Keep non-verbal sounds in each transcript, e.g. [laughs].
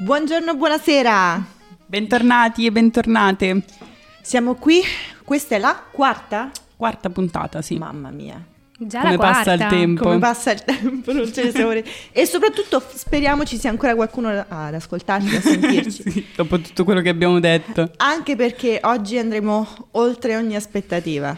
Buongiorno, buonasera. Bentornati e bentornate. Siamo qui. Questa è la quarta? Quarta puntata, sì. Mamma mia. Già Come la passa il quarta. tempo. Come passa il tempo, non ce ne siamo [laughs] re- E soprattutto f- speriamo ci sia ancora qualcuno a- ad ascoltarci, a sentirci. [laughs] [laughs] Sì, dopo tutto quello che abbiamo detto. Anche perché oggi andremo oltre ogni aspettativa.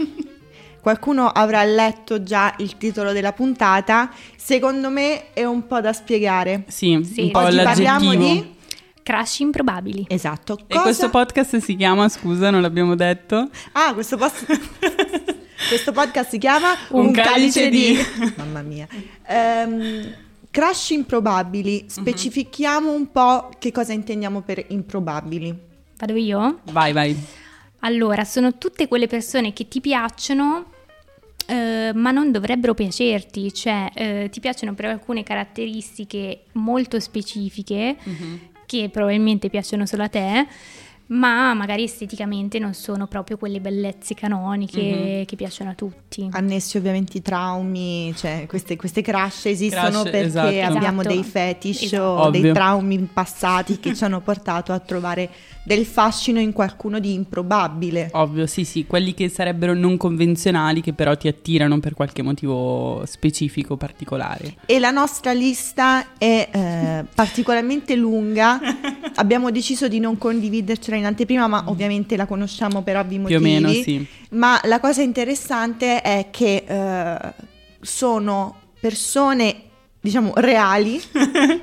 Qualcuno avrà letto già il titolo della puntata, secondo me è un po' da spiegare. Sì, Sì. un po' Oggi l'aggettivo. parliamo di... Crash improbabili. Esatto. E questo cosa- podcast si chiama, scusa, non l'abbiamo detto. Ah, questo, post- [laughs] questo podcast si chiama Un calice di- Mamma mia. Ehm, crash Mhm. improbabili. Specifichiamo un po' che cosa intendiamo per improbabili. Vado io? Vai, vai. Allora, sono tutte quelle persone che ti piacciono, eh, ma non dovrebbero piacerti, cioè eh, ti piacciono per alcune caratteristiche molto specifiche Mm-hmm. che probabilmente piacciono solo a te. Ma magari esteticamente non sono proprio quelle bellezze canoniche Mhm. che piacciono a tutti. Ah, Annessi ovviamente i traumi, cioè queste, queste crash esistono Crash, perché esatto. abbiamo Esatto. dei fetish o Ovvio. dei traumi passati che [laughs] ci hanno portato a trovare del fascino in qualcuno di improbabile. Ovvio, sì, sì, quelli che sarebbero non convenzionali che però ti attirano per qualche motivo specifico, particolare. E la nostra lista è [laughs] eh, particolarmente lunga. Abbiamo deciso di non condividercela in anteprima, ma ovviamente la conosciamo per ovvi motivi. Mm. Più o meno, sì. Ma la cosa interessante è che eh, sono persone, diciamo, reali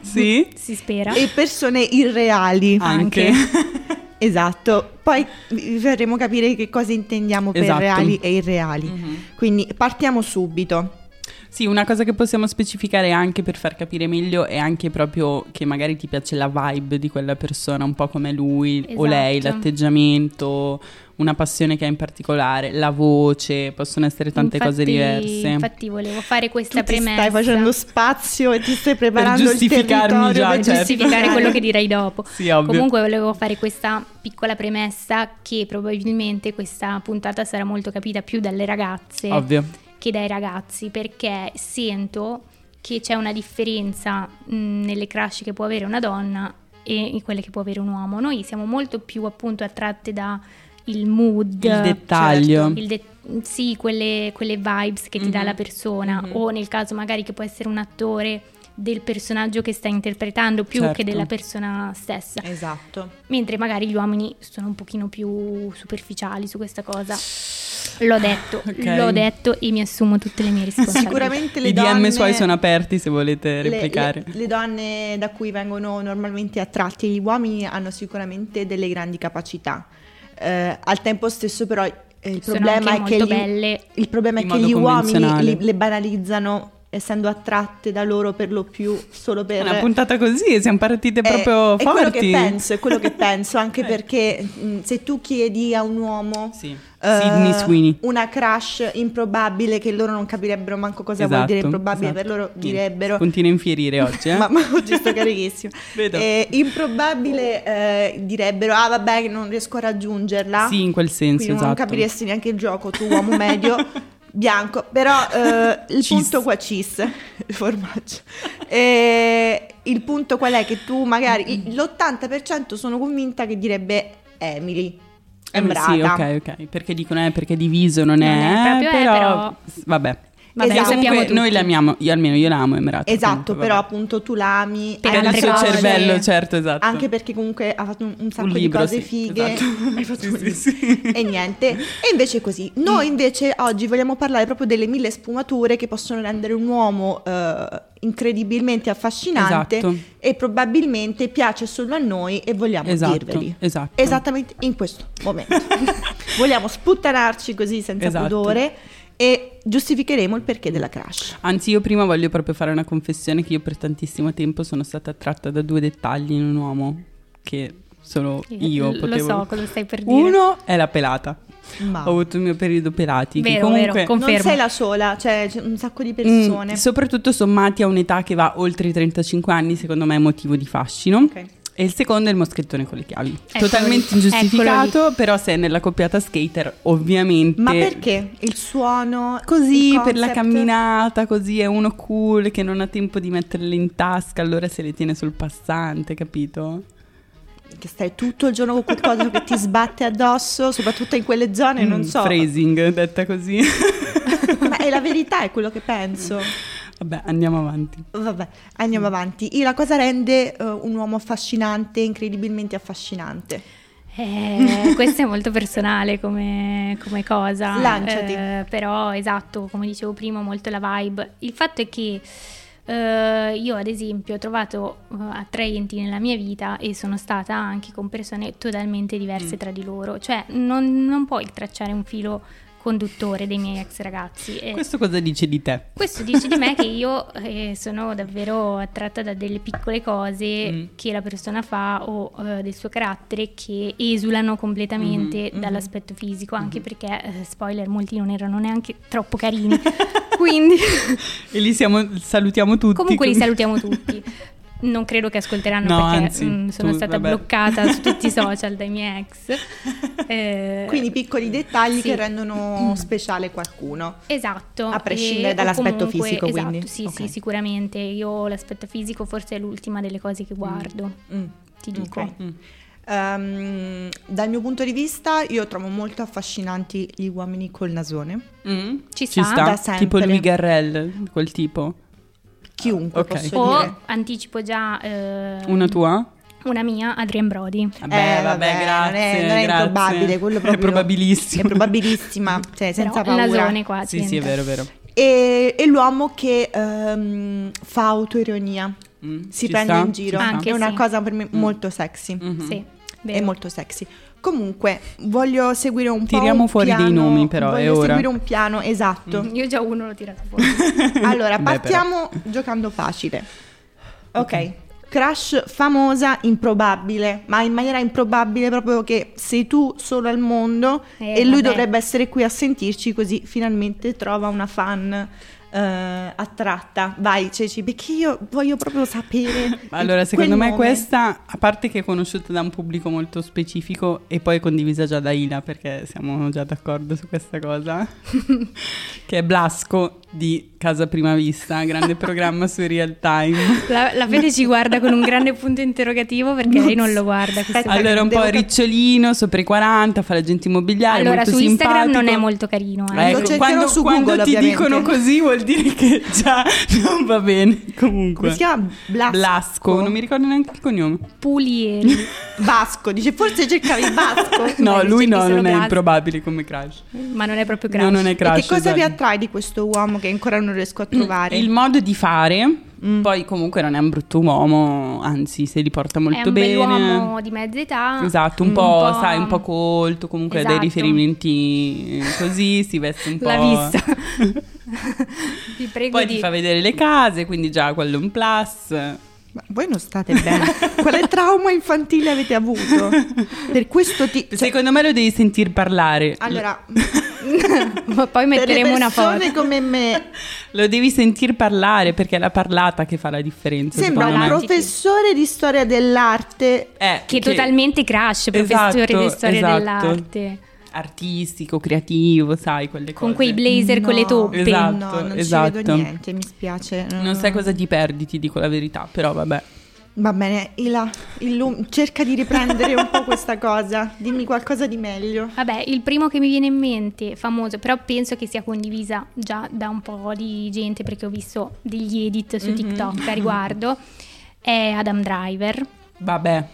Sì? Si spera. e persone irreali. [laughs] Anche. Mhm. Esatto. Poi vi faremo capire che cosa intendiamo per Esatto. reali e irreali. Mhm. Quindi partiamo subito. Sì, una cosa che possiamo specificare anche per far capire meglio è anche proprio che magari ti piace la vibe di quella persona, un po' come lui o Esatto. lei, l'atteggiamento, una passione che ha in particolare, la voce, possono essere tante cose Infatti- diverse. Infatti, volevo fare questa tu ti premessa. stai facendo spazio e ti stai preparando giustificarmi il territorio già, per per certo. giustificare quello [laughs] che direi dopo. Sì, ovvio. Comunque volevo fare questa piccola premessa che probabilmente questa puntata sarà molto capita più dalle ragazze [laughs] Ovvio. che dai ragazzi perché sento che c'è una differenza mh, nelle crush che può avere una donna e in quelle che può avere un uomo. Noi siamo molto più appunto attratte da il mood, certo, Il dettaglio. il det- sì, quelle, quelle vibes che ti dà Mhm. la persona Mhm. o nel caso magari che può essere un attore del personaggio che sta interpretando più Certo. che della persona stessa, Esatto. mentre magari gli uomini sono un pochino più superficiali su questa cosa. L'ho detto, Ok. l'ho detto e mi assumo tutte le mie responsabilità. Sicuramente le I DM donne, suoi sono aperti se volete le- replicare. Le, le donne da cui vengono normalmente attratti gli uomini hanno sicuramente delle grandi capacità. Eh, al tempo stesso però eh, il, Sono problema è anche che molto gli, belle. il problema è In che modo gli uomini convenzionale. li- le banalizzano essendo attratte da loro per lo più solo per... Una puntata così, siamo partite Eh, Ah, proprio è quello forti. che penso, è [laughs] quello che penso, anche Eh. perché mh, se tu chiedi a un uomo Sì. eh, Sidney Sweeney. Una crush improbabile che loro non capirebbero manco cosa vuol Esatto, dire probabile, per esatto. loro Niente, direbbero... Continua a infierire oggi, [laughs] eh? Ma, ma oggi sto [laughs] carichissimo. Vedo. Eh, improbabile eh, direbbero, ah vabbè che non riesco a raggiungerla. Sì, in quel senso, Quindi non esatto. capiresti neanche il gioco, tu uomo [laughs] medio, bianco. Però eh, il Cis. punto qua cis, [laughs] il formaggio. Eh, il punto qual è? Che tu magari, il- l'80% sono convinta che direbbe Emily. È Eh, brava. Sì, ok, ok. Perché dicono eh, perché diviso non, Non è, è proprio, eh, però... però- S- Vabbè. Vabbè, lo Comunque sappiamo tutti. Noi l'amiamo, io almeno io l'amo Emirati. Esatto, comunque, però vabbè. appunto tu l'ami. Per hai Per il altre suo altre cose. cervello, certo, esatto. Anche perché comunque ha fatto un, un sacco Un di libro, cose sì, fighe. [laughs] esatto. Hai fatto Sì, un sì, libro. sì. E niente. E invece è così. Mm. Noi invece oggi vogliamo parlare proprio delle mille sfumature che possono rendere un uomo eh, incredibilmente affascinante Esatto. e probabilmente piace solo a noi e vogliamo dirveli. Esatto, esatto. Esattamente in questo momento. [laughs] vogliamo sputtanarci così senza Esatto. pudore e giustificheremo il perché della crash. Anzi, io prima voglio proprio fare una confessione che io per tantissimo tempo sono stata attratta da due dettagli in un uomo che solo io Lo potevo... so cosa stai per dire. Uno è la pelata. Ma Ho avuto il mio periodo pelati. che Ah. Vero, comunque... vero, con- non Confermo. sei la sola, cioè c'è un sacco di Mm, persone. soprattutto sommati a un'età che va oltre i 35 anni, secondo me è motivo di fascino. Ok. E il secondo è il moschettone con le chiavi. Eccolo Totalmente lì, ingiustificato, però se è nella coppiata skater, ovviamente. Ma perché? Il suono Così il per la concept? camminata, così è uno cool che non ha tempo di metterle in tasca, allora se le tiene sul passante, capito? Che stai tutto il giorno con qualcosa che ti sbatte addosso, soprattutto in quelle Eh, zone, non Mm, so. Phrasing, detta così. [laughs] [laughs] Ma è la verità, è quello che penso. Vabbè, andiamo avanti. Vabbè, andiamo Mm. avanti. E la cosa rende eh, un uomo affascinante, incredibilmente affascinante. Eh, questo è molto personale come, come cosa. Lanciati. Eh, però esatto, come dicevo prima, molto la vibe. Il fatto è che eh, io, ad esempio, ho trovato eh, attraenti nella mia vita e sono stata anche con persone totalmente diverse tra di loro. Cioè, non, non puoi tracciare un filo conduttore dei miei ex ragazzi. Eh, Questo cosa dice di te? questo dice di me che io eh, sono davvero attratta da delle piccole cose Mm. che la persona fa o eh, del suo carattere che esulano completamente Mhm, mhm. dall'aspetto fisico, anche Mhm. perché, eh, spoiler, molti non erano neanche [laughs] troppo carini. Quindi E li siamo- salutiamo tutti. comunque li com- salutiamo tutti. Non credo che ascolteranno No, perché anzi, mm, sono tu- stata vabbè. bloccata [laughs] su tutti i social dai miei ex. Eh, Quindi piccoli dettagli sì. che Mm. rendono speciale qualcuno. Esatto. A prescindere e- o dall'aspetto comunque- fisico, esatto, quindi. Sì, sì, Ok. sicuramente. Io l'aspetto fisico forse è l'ultima delle cose che guardo, Mm. ti dico. Ok. Mm. Ehm, dal mio punto di vista, io trovo molto affascinanti gli uomini col nasone. Mm? Ci sta. Da tipo sempre. Louis Garrel, quel tipo. Chiunque Ok. posso O dire. anticipo già eh, Una tua? una mia, Adrian Brody. Mm. Eh, vabbè, non è- non è improbabile, quello è proprio- [laughs] probabilissimo. È probabilissima, cioè senza Però, paura. Nasone qua. Sì, sì, è tieni. vero, è vero. E, e l'uomo che ehm, fa autoironia, Mm, si ci prende sta, in giro. ci sta. Anche è una sì. cosa per me Mm. molto sexy. Mhm. Sì, Mm-hmm. È vero. molto sexy. Comunque, voglio seguire un po'. Tiriamo un fuori dei piano- nomi, però, è Voglio ora. Mm. seguire un piano, esatto. Io già uno l'ho tirato [laughs] fuori. Allora, Beh, però. partiamo giocando facile. Ok. Crush famosa, improbabile, ma in maniera improbabile proprio che sei tu solo al mondo Eh, e lui vabbè. dovrebbe essere qui a sentirci così finalmente trova una fan eh, attratta. Vai Ceci, perché io voglio proprio sapere. [laughs] Ma Allora, quel secondo me nome. questa, a parte che è conosciuta da un pubblico molto specifico e poi è condivisa già da Ila, perché siamo già d'accordo su [laughs] questa cosa, che è Blasco di Casa Prima Vista, grande programma su Real Time. La, la Fede ci guarda con un grande punto interrogativo perché lei non lo guarda. questo Aspetta, Allora, un devo po' cap- ricciolino, sopra i 40, fa l'agente immobiliare, Allora, molto su Instagram simpatico. non è molto carino. eh. Lo Ecco, cercherò quando, su quando Google, ti ovviamente. dicono così vuol dire che già [laughs] non va bene. Comunque. Come si chiama Blasco? Blasco, non mi ricordo neanche il cognome. Pulieri. Vasco, dice forse cercavi Vasco. [laughs] No, Dai, lui cerchi no, solo non è Blasco. improbabile come crash. Ma non è proprio No, grave. non è E crash. che cosa vi esatto. attrae di questo uomo che ancora non riesco a trovare? Il modo di fare, Mm. poi comunque non è un brutto uomo, anzi se li porta molto è un bene. bell'uomo di mezza età. Esatto, un Mm, po', sai, un po' colto, comunque ha dei Esatto. riferimenti eh, così, si veste un po'. eh. La vista. [laughs] Vi prego Poi di... ti fa vedere le case, quindi già quello è un plus. Cioè Ma voi non state bene. Quale trauma infantile avete avuto? Per questo ti... cioè, Secondo me lo devi sentir parlare. [laughs] allora, Ma [laughs] Poi per le metteremo una persone foto. come me Lo devi sentir parlare perché è la parlata che fa la differenza. sembra secondo un me. pro- professore di storia dell'arte. Eh, Che, totalmente crash, professore di Esatto, storia esatto. dell'arte. artistico, creativo, sai, quelle cose. Con quei blazer con le No, toppe. Esatto. no, non ci vedo esatto. niente, mi spiace. Non sai cosa ti perdi, ti dico la verità, però vabbè. Va bene, Ila, illum- cerca di riprendere un po' questa cosa. Dimmi qualcosa di meglio. Vabbè, il primo che mi viene in mente, famoso, però penso che sia condivisa già da un po' di gente perché ho visto degli edit su Mhm. TikTok a riguardo, è Adam Driver, Vabbè.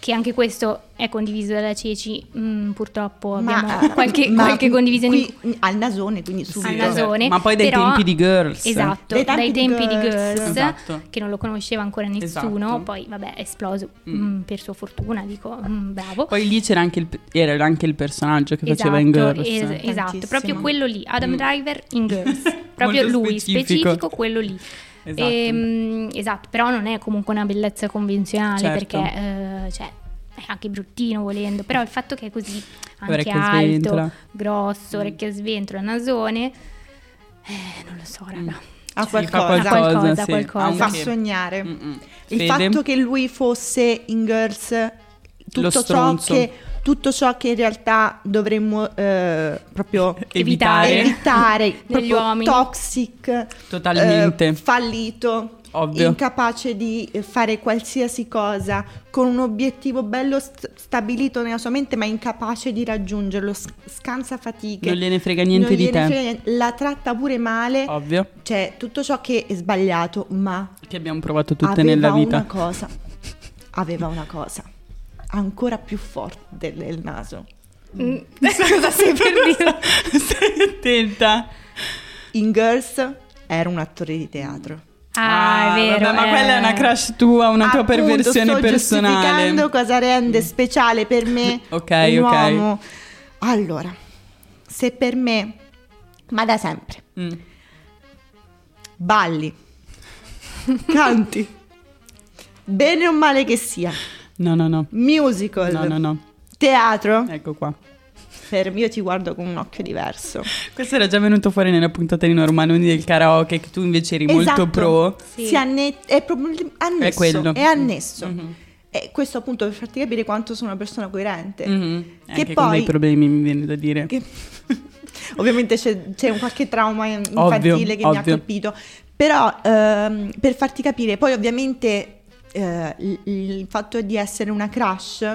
che anche questo è condiviso dalla Ceci, mm, purtroppo Ma- [laughs] abbiamo qualche, ma qualche condivisione in qui, al nasone, quindi subito. al nasone. Ma poi dai però- tempi di Girls. Esatto, Dai dai, tempi di tempi di Girls. Girls, Esatto. che non lo conosceva ancora nessuno, Esatto. poi vabbè è esploso Mm. mm, per sua fortuna, dico mm, bravo. Poi lì c'era anche il, era anche il personaggio che Esatto, faceva in Girls. es- esatto, Tantissimo. proprio quello lì, Adam Mm. Driver [laughs] in Girls, proprio Molto lui specifico. specifico, quello lì. Esatto. Ehm, esatto, però non è comunque una bellezza convenzionale Certo. perché eh, cioè, è anche bruttino volendo, però il fatto che è così anche Orecchie a alto, sventola. Mm. grosso, orecchie a sventola, nasone, eh, non lo so raga. a Sì, fa qualcosa. qualcosa, sì. qualcosa. Ha un fa che- sognare. Mm-mm. Il Mm, Fede? fatto che lui fosse in Girls, Lo tutto ciò, stronzo. che, tutto ciò che in realtà dovremmo eh, proprio Evitare. evitare, Negli proprio uomini. toxic, Totalmente. eh, fallito, Ovvio. incapace di eh, fare qualsiasi cosa, con un obiettivo bello st- stabilito nella sua mente ma incapace di raggiungerlo, s- scansa fatiche. non gliene frega niente di te. La tratta pure male, Ovvio. cioè tutto ciò che è sbagliato, ma Che abbiamo provato tutte aveva nella vita. una cosa, aveva una cosa ancora più forte del, del naso. Mm. [laughs] [laughs] Cosa stai per dire? Stai attenta. In Girls era un attore di teatro. Ah, è vero. vabbè, ma eh. quella è una crush tua, una tua Appunto, perversione sto giustificando personale. cosa rende speciale per me [laughs] Ok, un ok. uomo. Allora, se per me, ma da sempre, Mm. balli, canti, bene o male che sia, No, no, no. musical, No, no, no. teatro, Ecco qua. per me io ti guardo con un occhio diverso. Questo era già venuto fuori nella puntata di Normanoni del karaoke, che tu invece eri molto Esatto. pro. Sì. Si anne- è proprio annesso. È, quello. annesso. Mhm. E questo appunto per farti capire quanto sono una persona coerente. Mhm. Che Anche con poi- dei problemi, mi viene da dire. [laughs] Che- Ovviamente c'è, c'è un qualche trauma in- Ovvio, infantile che mi ha ovvio. colpito. Però ehm, per farti capire, poi ovviamente eh, il, il fatto di essere una crush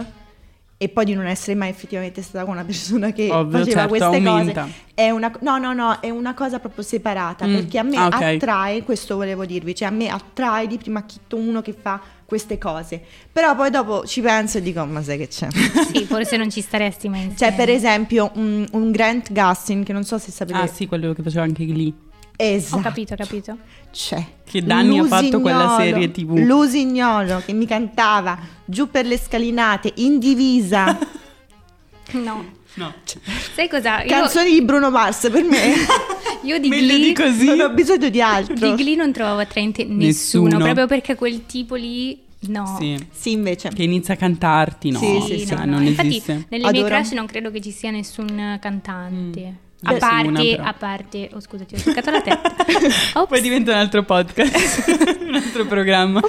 e poi di non essere mai effettivamente stata con una persona che Ovvio, faceva certo, queste aumenta. cose è una, no, no, no, è una cosa proprio separata. Mm, Perché a me ah, ok. attrae, questo volevo dirvi, cioè a me attrae di prima chitto uno che fa queste cose. Però poi dopo ci penso e dico, ma sai che c'è? Sì, forse non ci staresti mai insieme. Eh. Cioè, per esempio, un, un Grant Gustin, che non so se sapete. Ah, sì, quello che faceva anche lì. Esatto. Cioè, Ho capito, ho capito. C'è. Che danni ha fatto quella serie TV. L'usignolo che mi cantava giù per le scalinate, in [laughs] divisa. No. No. Cioè, Sai cosa? Io, Canzoni di Bruno Mars per [laughs] me. io di Meglio Glee... di così. non ho bisogno di Di altro. Glee non trovavo attraente nessuno, Nessuno. proprio perché quel tipo lì no. Sì. Sì, invece. Che inizia a cantarti, no? Sì, Sì, sì, cioè, no, no. non Infatti esiste. nelle mie Adoro. crush non credo che ci sia nessun cantante. Mm. A Io sì, una, parte, però. a parte, oh scusa, ti ho toccato [laughs] la testa. Ops. Poi diventa un altro podcast, [laughs] un altro programma.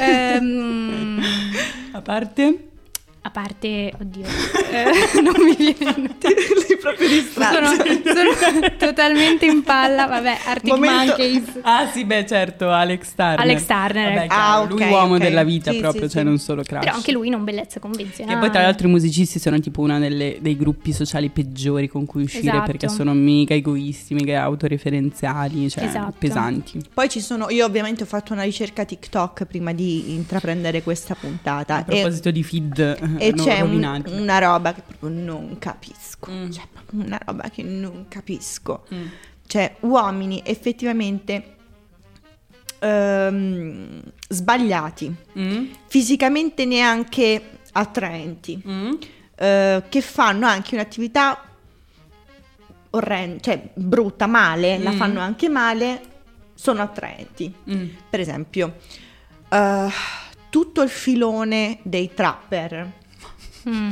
Ehm, A parte... a parte, oddio, [laughs] eh, non mi viene in mente. [laughs] Sei proprio distratto. Sono, sono totalmente in palla, vabbè, Arctic Momento- Monkeys. Ah sì, beh certo, Alex Turner. Alex Turner, Vabbè, ecco. chiaro, Ah, lui ok, uomo ok. della vita Sì, proprio, sì, cioè sì. non solo crush. Però anche lui non bellezza convenzionale. Che poi tra l'altro i musicisti sono tipo una delle- dei gruppi sociali peggiori con cui uscire Esatto. perché sono mega egoisti, mega autoreferenziali, cioè Esatto. pesanti. Poi ci sono, io ovviamente ho fatto una ricerca TikTok prima di intraprendere questa puntata. A proposito di feed Ah, eh, e c'è un- rovinati. una roba che proprio non capisco. Mm. Cioè, proprio una roba che non capisco. Mm. Cioè, uomini effettivamente ehm, sbagliati, Mm? fisicamente neanche attraenti, Mm? eh, che fanno anche un'attività orrenda, cioè brutta, male, la Mm. fanno anche male, sono attraenti. Mm. Per esempio, eh, tutto il filone dei trapper. Mm.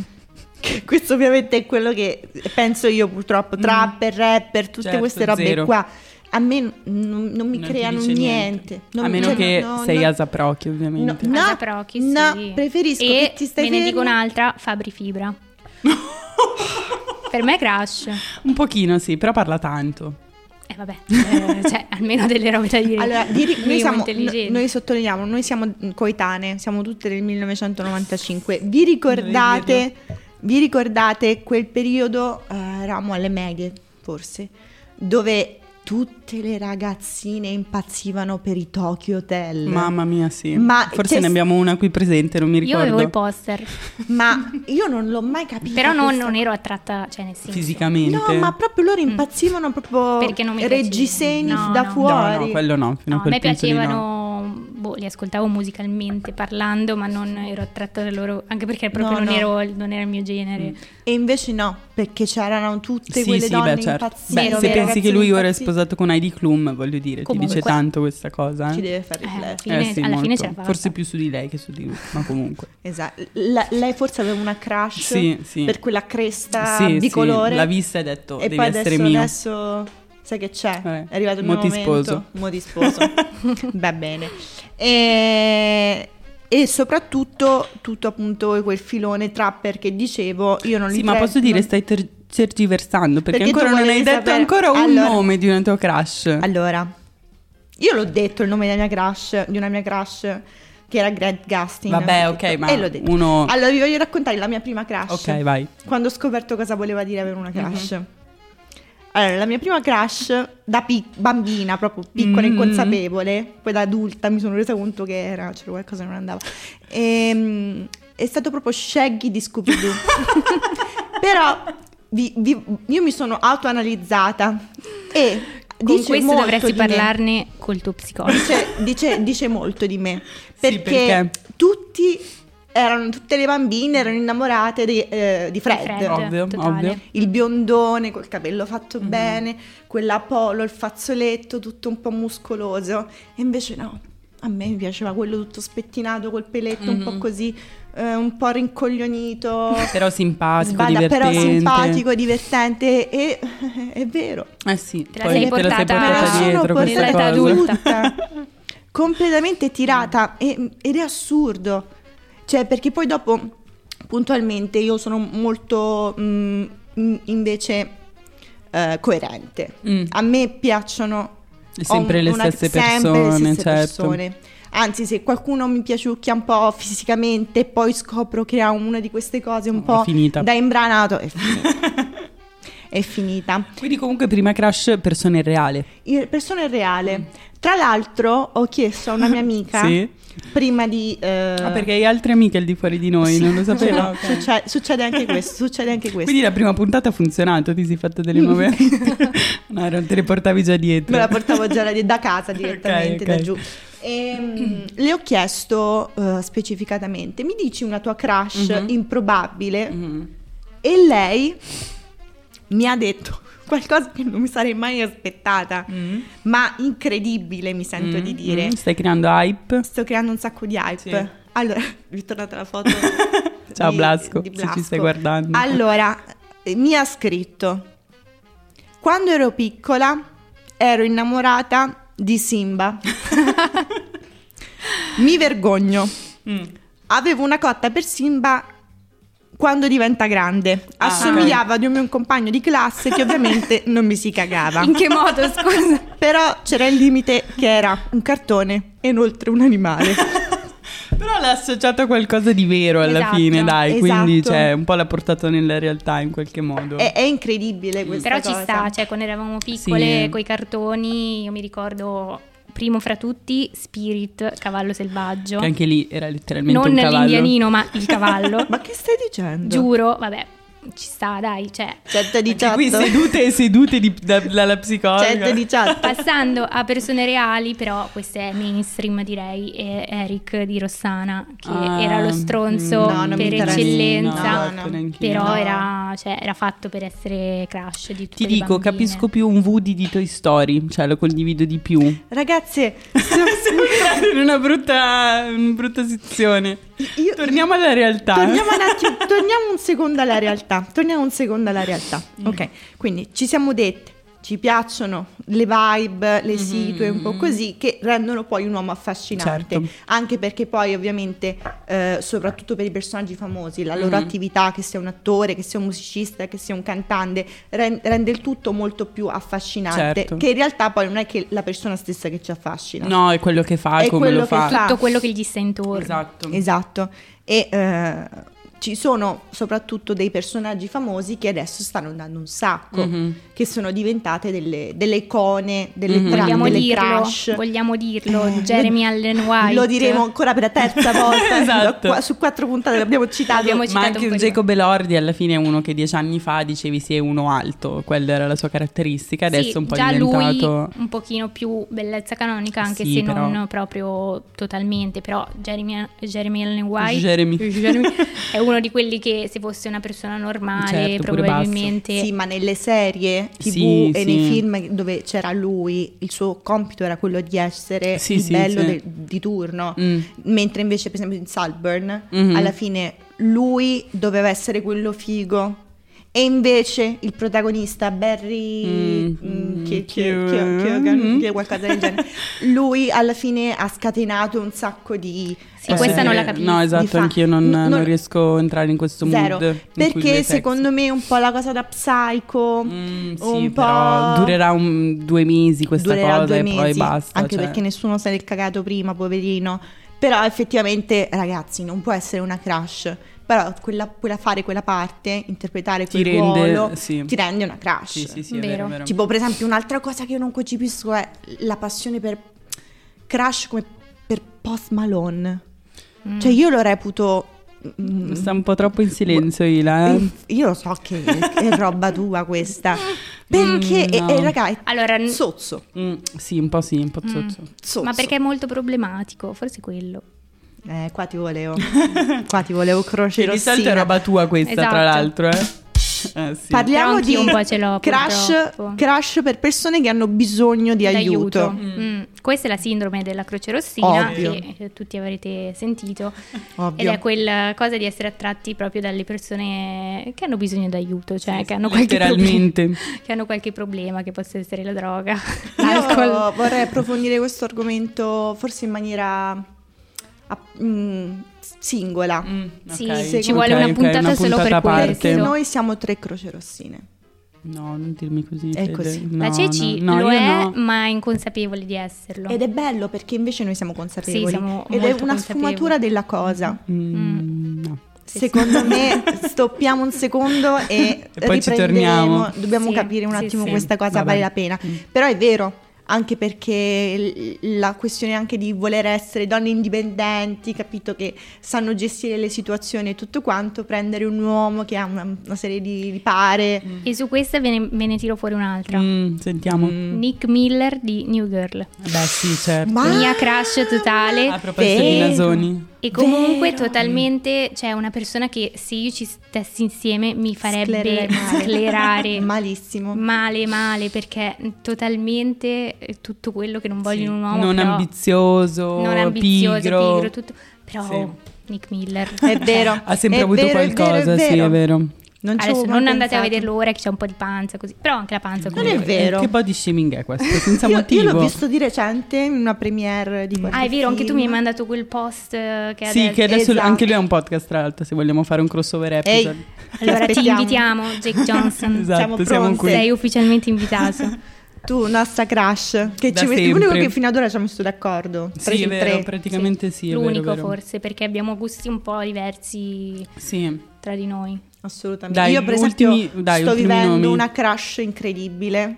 Che [laughs] Questo ovviamente è quello che penso io Mm. purtroppo, trapper, rapper, tutte Certo, queste robe zero. qua. A me n- non, non mi Non ti creano dice niente. niente. Non- a meno cioè, che no, no, sei no. asaprochi ovviamente. No, Asa Prochi, sì. no, preferisco e che ti stai ve ne dico fermo. un'altra, [laughs] Fabri Fibra. per me è crush. Un pochino sì, però parla tanto. Eh vabbè, eh, cioè almeno delle robe da dire. Allora, diri- [laughs] Minimo noi, siamo, intelligenti. no- noi sottolineiamo, noi siamo coetanee, siamo tutte del 1995. Vi ricordate, vi ricordate quel periodo, eh, eravamo alle medie forse, dove tutte le ragazzine impazzivano per i Tokyo Hotel. Mamma mia, sì. Ma Forse c'è- ne abbiamo una qui presente, non mi Io ricordo. avevo il poster, Ma io non l'ho mai capito. però non, questa non ero attratta, cioè nel senso. Fisicamente. No, ma proprio loro impazzivano proprio Mm. Perché non mi piaceva. reggiseni No, da no. fuori. No, no, quello no, fino No, a a quel me punto lì no. piacevano, boh, li ascoltavo musicalmente, parlando, ma non ero attratta da loro, anche perché proprio No, non, no. Ero, non era il mio genere. E invece no, perché c'erano tutte Sì, quelle sì, donne beh, certo. impazzite. Beh, vero, se vero. pensi che ragazzine lui ora è impazzite. sposato con Heidi Klum, voglio dire, Comunque. ti dice tanto questa cosa. eh? ci deve far Eh, riflettere. fine- Eh sì, alla fine molto. ce la fa. Forse più su di lei che su di lui, ma comunque. Esatto. La- lei forse aveva una crush Sì, sì. per quella cresta Sì, di sì, colore. l'ha vista e ha detto, e "Devi poi essere adesso, mio". adesso sai che c'è? Eh, È arrivato il mio mo ti sposo. momento. Mo ti [laughs] sposo. Va bene. E, e soprattutto tutto appunto quel filone trapper che dicevo, io non li Sì, ma pre- posso dire, non- stai ter- tergiversando perché, Perché tu ancora non volevi hai detto sapere- ancora un Allora- nome di una tua crush. Allora, io l'ho detto il nome della mia crush, di una mia crush che era Greg Gustin. Vabbè, L'ho ok, detto. ma E l'ho detto. uno- Allora, vi voglio raccontare la mia prima crush. ok, vai. Mhm. Quando ho scoperto cosa voleva dire avere una crush. Allora, la mia prima crush da pic- bambina, proprio piccola e Mm. inconsapevole, poi da adulta mi sono resa conto che era, c'era qualcosa che non andava. Ehm, è stato proprio Shaggy di [laughs] Scooby-Doo. Però vi- vi- io mi sono autoanalizzata e Con dice questo molto dovresti di me. parlarne col tuo [laughs] psicologo. Dice, dice- dice molto di me. Sì, Perché, perché? tutti erano, tutte le bambine erano innamorate di, eh, di Fred. Fred, Ovvio, totale. ovvio. Il biondone col capello fatto bene, quella polo, il fazzoletto tutto un po' muscoloso. E invece no, a me mi piaceva quello tutto spettinato, col peletto un po' così, eh, un po' rincoglionito. Mhm. Però simpatico, Bada, divertente. però simpatico, divertente e [laughs] è vero. Eh sì, Te la poi te la sei sei portata- portata Me la sono dietro questa portata cosa. adulta. completamente tirata e- ed è assurdo. Cioè, perché poi dopo, puntualmente, io sono molto mm, mm, invece eh, coerente. Mm. A me piacciono E sempre ho le una- stesse sempre le persone, stesse certo. persone. Anzi, se qualcuno mi piaciucchia un po' fisicamente, poi scopro che ha una di queste cose un Oh, po' è finita. da imbranato, è finita. [laughs] è finita. Quindi comunque prima crush persone reale. Il- persone reale. Tra l'altro, ho chiesto a una mia amica [laughs] Sì. prima di. eh, Ah, perché hai altre amiche al di fuori di noi, sì, Cioè, non lo sapevo. [laughs] no, succede, succede anche [laughs] questo, succede anche questo. Quindi la prima puntata ha funzionato, ti sei fatta delle [laughs] nuove... no, non te le portavi già dietro. Mm. Me la portavo già da- da casa direttamente, [laughs] Ok, ok. da giù. Ehm, le ho chiesto eh, specificatamente: mi dici una tua crush Mhm. improbabile? Mm. E lei mi ha detto [laughs] qualcosa che non mi sarei mai aspettata, Mm. ma incredibile, mi sento Mm, di dire. mm. Stai creando hype? Sto creando un sacco di hype. Sì. Allora, [laughs] vi è tornata la foto. [laughs] [laughs] Ciao di- Blasco, di se ci Blasco. stai guardando. Allora, eh, mi ha scritto: Quando ero piccola ero innamorata di Simba. [laughs] mi vergogno. Mm. Avevo una cotta per Simba quando diventa grande. Ah, Assomigliava ad un mio compagno di classe che [laughs] ovviamente non mi si cagava. In che modo, scusa? Però c'era il limite che era un cartone e inoltre un animale. [laughs] Però l'ha associato a qualcosa di vero alla Esatto, fine, dai. esatto. Eh. Quindi cioè, un po' l'ha portato nella realtà in qualche modo. È, è incredibile questa Però cosa. ci sta, cioè quando eravamo piccole Sì. coi cartoni, io mi ricordo primo fra tutti Spirit, cavallo selvaggio. Che anche lì era letteralmente Non un cavallo. l'indianino, ma il cavallo. Ma che stai dicendo? Giuro, vabbè, ci sta, dai, cioè 118. Anche qui sedute e sedute di- da- dalla psicologa. 118. Passando a persone reali, però questo è mainstream direi, è Eric di Rossana, che Ah, era lo stronzo mm, no, non mi per interessa. eccellenza, No, esatto, no. neanch'io. però No. era, cioè, era fatto per essere crush di tutti Ti dico, capisco più un Woody di Toy Story, cioè lo condivido di più. Ragazze, Siamo entrati in una brutta, in brutta sezione. io- Torniamo alla realtà. torniamo [laughs] un attimo, torniamo un secondo alla realtà. Torniamo un secondo alla realtà. Mm. Ok, quindi ci siamo dette, ci piacciono le vibe, Mm-hmm. le situe, un po' così, che rendono poi un uomo affascinante. Certo. Anche perché poi ovviamente, eh, soprattutto per i personaggi famosi, la loro Mhm. attività, che sia un attore, che sia un musicista, che sia un cantante, ren- rende il tutto molto più affascinante. Certo. Che in realtà poi non è che la persona stessa che ci affascina. No, è quello che fa, È come quello lo che fa. fa. tutto quello che gli sta intorno. Esatto. Esatto, e eh, ci sono soprattutto dei personaggi famosi che adesso stanno andando un sacco, Mhm. che sono diventate delle, delle icone, delle, Mhm. tra- Vogliamo delle dirlo, crush. [laughs] vogliamo dirlo, Eh, Jeremy Allen White. Lo diremo ancora per la [laughs] terza volta, eh, Esatto. Qua- su quattro puntate l'abbiamo citato. Abbiamo Ma citato anche un po' di- Jacob Elordi alla fine è uno che dieci anni fa dicevi sì è uno alto, quella era la sua caratteristica, adesso Sì, è un po' già diventato... lui un pochino più bellezza canonica, anche Sì, se però- non proprio totalmente, però Jeremy, Jeremy Allen White Jeremy. Jeremy è uno di quelli che se fosse una persona normale Certo, pure probabilmente... Sì, ma nelle serie TV Sì, e sì. nei film dove c'era lui, il suo compito era quello di essere Sì, il sì, bello sì. del- di turno, Mm. mentre invece per esempio in Salburn Mhm. alla fine lui doveva essere quello figo E invece il protagonista Barry Mm, mm, che- che- Keoghan. che- Keoghan, Mm. che- qualcosa del [laughs] genere, lui alla fine ha scatenato un sacco di Sì, questa non la capisco. Eh, No, di esatto, fa- anch'io non, no, non no, riesco a entrare in questo Zero. mood. Perché secondo me un po' la cosa da psycho me un Mm, però po' durerà un- due mesi questa durerà cosa due e mesi, poi basta. anche cioè. perché nessuno se l'è cagato prima, poverino. Però effettivamente, ragazzi, non può essere una crush. Però quella, quella- fare quella parte, interpretare ti quel ruolo, rende... Sì. ti rende una crush. sì, sì, sì, è Vero. vero, vero. Tipo, per esempio, un'altra cosa che io non concepisco è la passione per crush come per Post Malone. Mm. Cioè, io lo reputo. mm, Sta un po' troppo in silenzio Ila. eh. Io lo so che è roba tua [laughs] questa. Perché, e- Mm, no. e, raga, è Allora, n- sozzo. Mm, sì, un po' sì, un po' Mm. zozzo. sozzo. ma perché è molto problematico, forse quello. Eh, qua ti [laughs] volevo. qua ti volevo croce Cioè, di solito è rossina. roba tua questa, Esatto. tra l'altro, eh. Eh, sì. Parliamo Però di anch'io un po' ce l'ho, crash, purtroppo. crash per persone che hanno bisogno di aiuto. D'aiuto. Mm. Questa è la sindrome della Croce Rossina Ovvio. che eh, tutti avrete sentito Ovvio. ed è quella cosa di essere attratti proprio dalle persone che hanno bisogno d'aiuto, cioè che, hanno qualche problema, Letteralmente. [laughs] che hanno qualche problema, che possa essere la droga, Io l'alcol. vorrei approfondire questo argomento forse in maniera a- mm, singola. Mm, Sì, ok, ci ok, vuole una ok, puntata solo per a parte. Perché questo. noi siamo tre croce rossine. No, non dirmi così. È Fede. così. No, la Ceci no, no, lo io è, no. ma è inconsapevole di esserlo. Ed è bello perché invece noi siamo consapevoli. Sì, siamo Ed è molto una consapevoli. sfumatura della cosa. Mm, no. Sì, Secondo [laughs] me stoppiamo un secondo e, E poi ci torniamo. riprenderemo. Dobbiamo Sì, capire un sì, attimo sì. questa cosa Vabbè. vale la pena. Mm. Però è vero, anche perché l- la questione anche di voler essere donne indipendenti, capito che sanno gestire le situazioni e tutto quanto, prendere un uomo che ha una, una serie di di pare. E su questa ve ne, ve ne tiro fuori un'altra. Mm, sentiamo. Nick Miller di New Girl. Beh, sì, certo. Ma- Mia crush totale. A proposito di Vero. Nasoni. E comunque Vero. totalmente, cioè una persona che se io ci stessi insieme mi farebbe Sclererei male. sclerare [laughs] Malissimo. male male perché totalmente è tutto quello che non voglio in un uomo. non però- ambizioso, non ambizioso, pigro. pigro, tutto. Però Sì. oh, Nick Miller. [laughs] È [laughs] vero. Ha sempre è avuto vero, è vero, qualcosa, è sì, vero. è vero. Non, ci avevo Adesso mai non andate a pensato. vederlo ora che c'è un po' di panza così, però anche la panza Non è comunque. vero. Che body shaming è questo? Senza Io, motivo. Mm. io l'ho visto di recente in una premiere di qualche Ah, è vero, anche tu mi hai film. mandato quel post eh, che Sì, adesso- che adesso Esatto. anche lui è un podcast, tra l'altro, se vogliamo fare un crossover Ehi, episode. Allora ti aspettiamo. invitiamo, Jake [laughs] Johnson. esatto, siamo siamo pronte. qui. Sei ufficialmente invitato. Tu, nostra crush, che Da ci met- sempre. l'unico che fino ad ora ci ha messo d'accordo. Sì, Presi è in vero, tre. [laughs] praticamente sì, è vero, L'unico vero. forse, perché abbiamo gusti un po' diversi Sì. tra di noi. Assolutamente. Dai, Io per ultimi- esempio dai, sto ultimi vivendo nomi. una crush incredibile,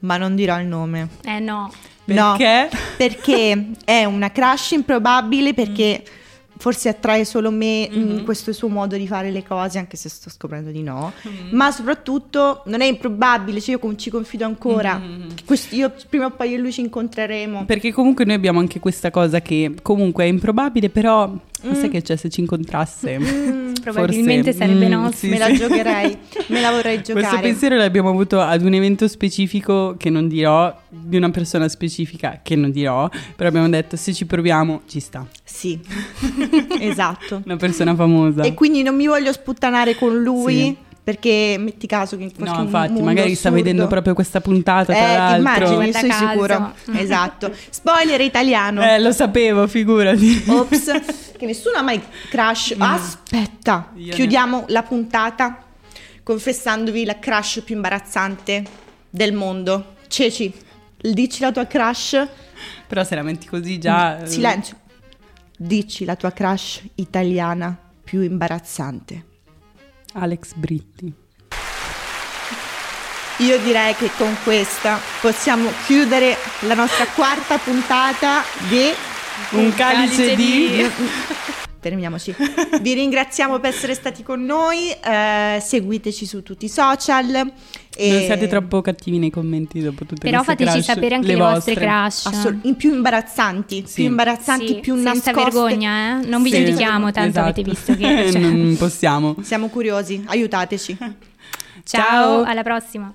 ma non dirò il nome. Eh no, No, Perché? perché è una crush improbabile perché Mm. forse attrae solo me mh, Mhm. questo suo modo di fare le cose, anche se sto scoprendo di no. Mm-hmm. Ma soprattutto non è improbabile, cioè io con- ci confido ancora. Mhm. che questo- io prima o poi io e lui ci incontreremo. Perché comunque noi abbiamo anche questa cosa che comunque è improbabile, però Mm. ma sai che c'è se ci incontrasse. probabilmente Forse- sarebbe mm, nostro. sì, me la giocherei, me la vorrei giocare. Questo pensiero l'abbiamo avuto ad un evento specifico che non dirò, di una persona specifica che non dirò, però abbiamo detto se ci proviamo ci sta. [laughs] Sì, esatto. Una persona famosa. E quindi non mi voglio sputtanare con lui Sì. perché metti caso che in qualche No, infatti, mondo magari sta assurdo- vedendo proprio questa puntata, tra Eh, ti l'altro. immagini, Guarda sono caso. sicuro. Esatto. Spoiler italiano. Eh, lo sapevo, figurati. Ops, che nessuno ha mai crush. Aspetta, Mm. Io ne- chiudiamo la puntata confessandovi la crush più imbarazzante del mondo. Ceci, dici la tua crush. [laughs] Però se la metti così già... eh, Silenzio. Dici la tua crush italiana più imbarazzante. Alex Britti. Io direi che con questa possiamo chiudere la nostra quarta puntata di Un calice di... Fermiamoci. Vi ringraziamo per essere stati con noi. eh, seguiteci su tutti i social. e- Non siate troppo cattivi nei commenti dopo tutte Però queste fateci crush, sapere anche le, vostre crush. assol- i più imbarazzanti, Sì. più imbarazzanti, Sì, più senza nascoste. vergogna, eh? Non vi Sì. giudichiamo tanto, Esatto. avete visto [laughs] che... cioè. non possiamo. Siamo curiosi, aiutateci. Ciao, alla prossima.